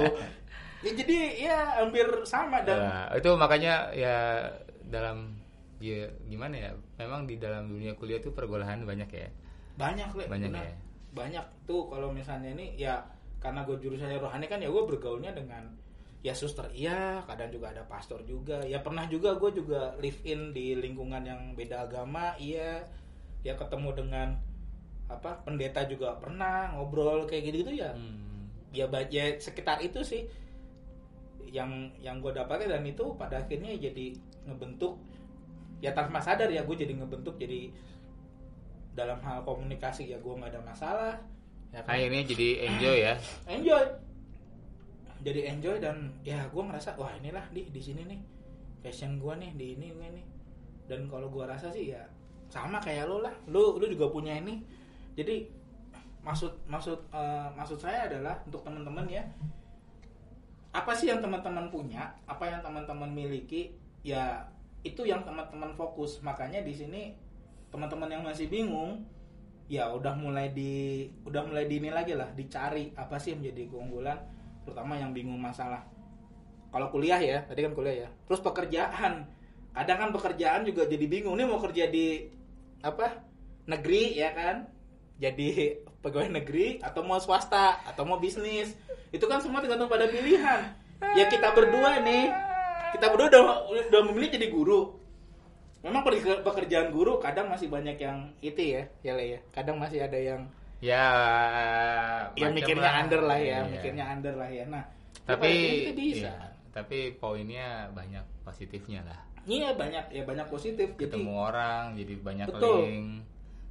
ya jadi ya hampir sama dan Nah, itu makanya ya dalam ya, gimana ya memang di dalam dunia kuliah tuh pergolahan banyak ya Iya. banyak le banyak benar. ya banyak tuh kalau misalnya ini ya karena gue jurusannya rohani kan ya gue bergaulnya dengan ya suster iya kadang juga ada pastor juga ya pernah juga gue juga live in di lingkungan yang beda agama iya ya ketemu dengan apa pendeta juga pernah ngobrol kayak gitu gitu ya Hmm. ya ba- ya sekitar itu sih yang yang gue dapatkan dan itu pada akhirnya jadi ngebentuk ya tanpa sadar ya gue jadi ngebentuk jadi dalam hal komunikasi ya gue nggak ada masalah ya kan akhirnya jadi enjoy ya enjoy jadi enjoy dan ya gue ngerasa wah inilah di di sini nih passion gue nih di ini ini nih dan kalau gue rasa sih ya sama kayak lo lah lo lo juga punya ini jadi maksud maksud eh, maksud saya adalah untuk teman-teman ya apa sih yang teman-teman punya apa yang teman-teman miliki ya itu yang teman-teman fokus makanya di sini teman-teman yang masih bingung ya udah mulai di udah mulai di ini lagi lah dicari apa sih yang menjadi keunggulan terutama yang bingung masalah kalau kuliah ya tadi kan kuliah ya terus pekerjaan kadang kan pekerjaan juga jadi bingung nih mau kerja di apa negeri ya kan jadi pegawai negeri atau mau swasta atau mau bisnis itu kan semua tergantung pada pilihan ya kita berdua nih kita berdua udah, udah memilih jadi guru memang per- pekerjaan guru kadang masih banyak yang itu ya ya Le, ya kadang masih ada yang ya ya macam mikirnya under lah ya Iya. mikirnya under lah ya nah tapi ya, itu bisa iya, tapi poinnya banyak positifnya lah iya banyak ya banyak positif jadi ketemu orang jadi banyak Betul. link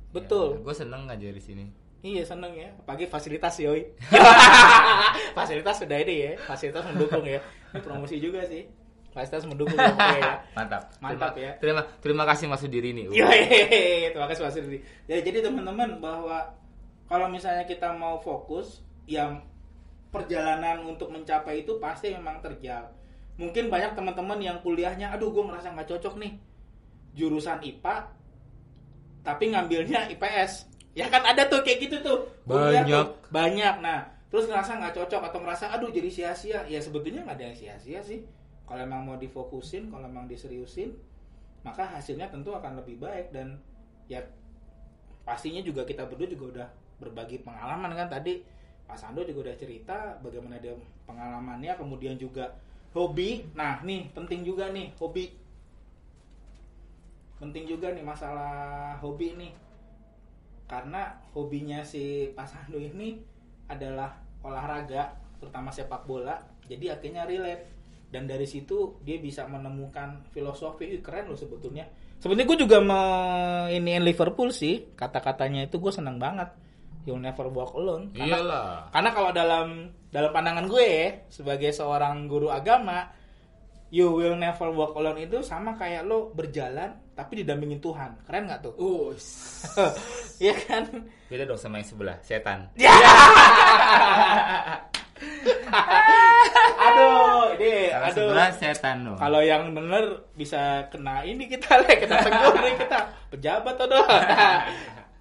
Betul. gue seneng ngajar di sini Iya seneng ya, apalagi fasilitas yoi Fasilitas sudah ini ya, fasilitas mendukung ya Ini promosi juga sih Universitas mendukung ya, Pak, ya. Mantap. Mantap, terima, ya. Iya. Terima terima kasih Mas Sudirini. Uh, Yoi, terima kasih Mas Rudi. Ya, jadi teman-teman bahwa kalau misalnya kita mau fokus, yang perjalanan untuk mencapai itu pasti memang terjal. Mungkin banyak teman-teman yang kuliahnya, aduh gue ngerasa nggak cocok nih jurusan IPA, tapi ngambilnya IPS. Ya kan ada tuh kayak gitu tuh. Kuliah Banyak. tuh, banyak. Nah, terus ngerasa nggak cocok atau ngerasa aduh jadi sia-sia. Ya sebetulnya nggak ada yang sia-sia sih. Kalau emang mau difokusin, kalau emang diseriusin, maka hasilnya tentu akan lebih baik dan ya pastinya juga kita berdua juga udah berbagi pengalaman kan tadi Pak Sando juga udah cerita bagaimana dia pengalamannya kemudian juga hobi nah nih penting juga nih hobi penting juga nih masalah hobi nih karena hobinya si Pak Sando ini adalah olahraga terutama sepak bola jadi akhirnya relate dan dari situ dia bisa menemukan filosofi Ih, keren loh sebetulnya sebetulnya gue juga me- ini Liverpool sih kata-katanya itu gue seneng banget you'll never walk alone Iya, karena Iyalah. karena kalau dalam dalam pandangan gue ya, sebagai seorang guru agama, you will never walk alone itu sama kayak lo berjalan tapi didampingin Tuhan. Keren nggak tuh? Uh, Iya kan? beda dong sama yang sebelah, setan. Ya! aduh, ini Kalau aduh. sebelah setan loh. Kalau yang denger bisa kena ini kita lah, kita tegur nih kita pejabat atau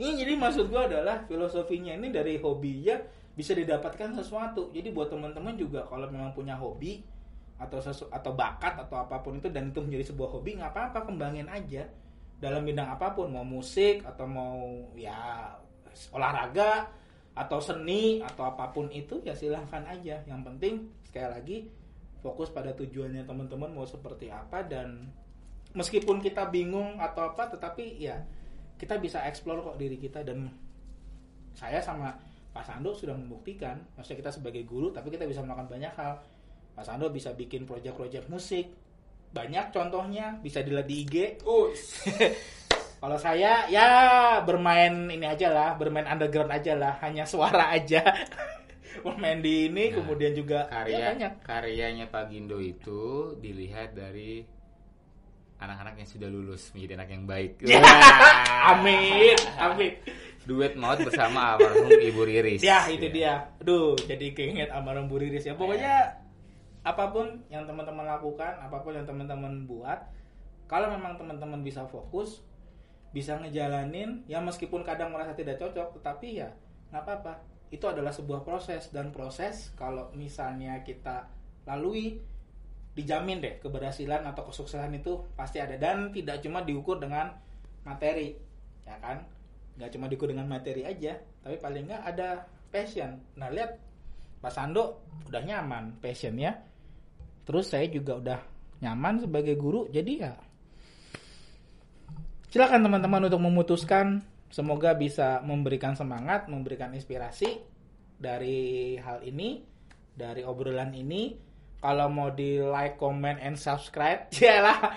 Ini jadi maksud gua adalah filosofinya ini dari hobinya bisa didapatkan sesuatu. Jadi buat teman-teman juga kalau memang punya hobi atau sesu- atau bakat atau apapun itu dan itu menjadi sebuah hobi nggak apa-apa kembangin aja dalam bidang apapun mau musik atau mau ya olahraga atau seni atau apapun itu ya silahkan aja yang penting sekali lagi fokus pada tujuannya teman-teman mau seperti apa dan meskipun kita bingung atau apa tetapi ya kita bisa explore kok diri kita dan saya sama Pak Sando sudah membuktikan maksudnya kita sebagai guru tapi kita bisa melakukan banyak hal Pak Sando bisa bikin project-project musik banyak contohnya bisa dilihat di IG kalau saya ya bermain ini aja lah, bermain underground aja lah, hanya suara aja. bermain di ini, Nah, kemudian juga ya, karya banyak. karyanya Pak Gindo itu dilihat dari anak-anak yang sudah lulus menjadi anak yang baik. Wah. Iya. Amin, amin. Duet maut bersama almarhum Ibu Riris. Iya. Ya itu dia. Aduh, jadi keinget almarhum Bu Riris ya. Pokoknya apapun yang teman-teman lakukan, apapun yang teman-teman buat, kalau memang teman-teman bisa fokus, bisa ngejalanin, ya meskipun kadang merasa tidak cocok, tetapi ya nggak apa-apa. Itu adalah sebuah proses dan proses kalau misalnya kita lalui dijamin deh keberhasilan atau kesuksesan itu pasti ada dan tidak cuma diukur dengan materi ya kan nggak cuma diukur dengan materi aja tapi paling nggak ada passion nah lihat Pak Sando udah nyaman passionnya terus saya juga udah nyaman sebagai guru jadi ya silakan teman-teman untuk memutuskan semoga bisa memberikan semangat memberikan inspirasi dari hal ini dari obrolan ini kalau mau di like comment and subscribe lah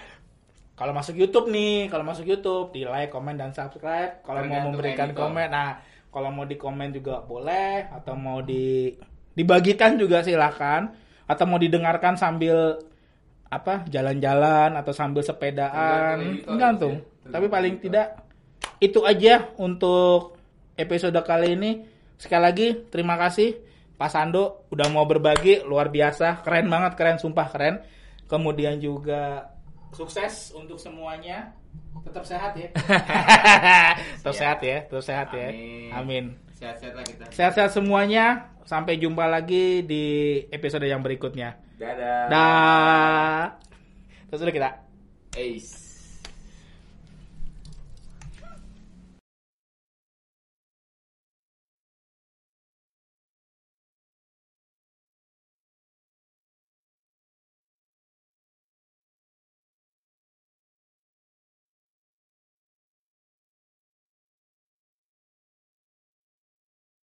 kalau masuk YouTube nih kalau masuk YouTube di like comment dan subscribe kalau mau Tergantung memberikan editor. komen nah kalau mau di komen juga boleh atau mau di dibagikan juga silakan atau mau didengarkan sambil apa jalan-jalan atau sambil sepedaan Tergantung editor, tergantung ya. Tergantung tapi paling editor. tidak itu aja untuk episode kali ini sekali lagi terima kasih Pak Sando udah mau berbagi luar biasa keren banget keren sumpah keren kemudian juga sukses untuk semuanya tetap sehat ya tetap sehat ya tetap sehat ya Amin. amin Sehat-sehat lah kita. sehat-sehat semuanya sampai jumpa lagi di episode yang berikutnya Dadah. Dah. Terus udah kita. Ace.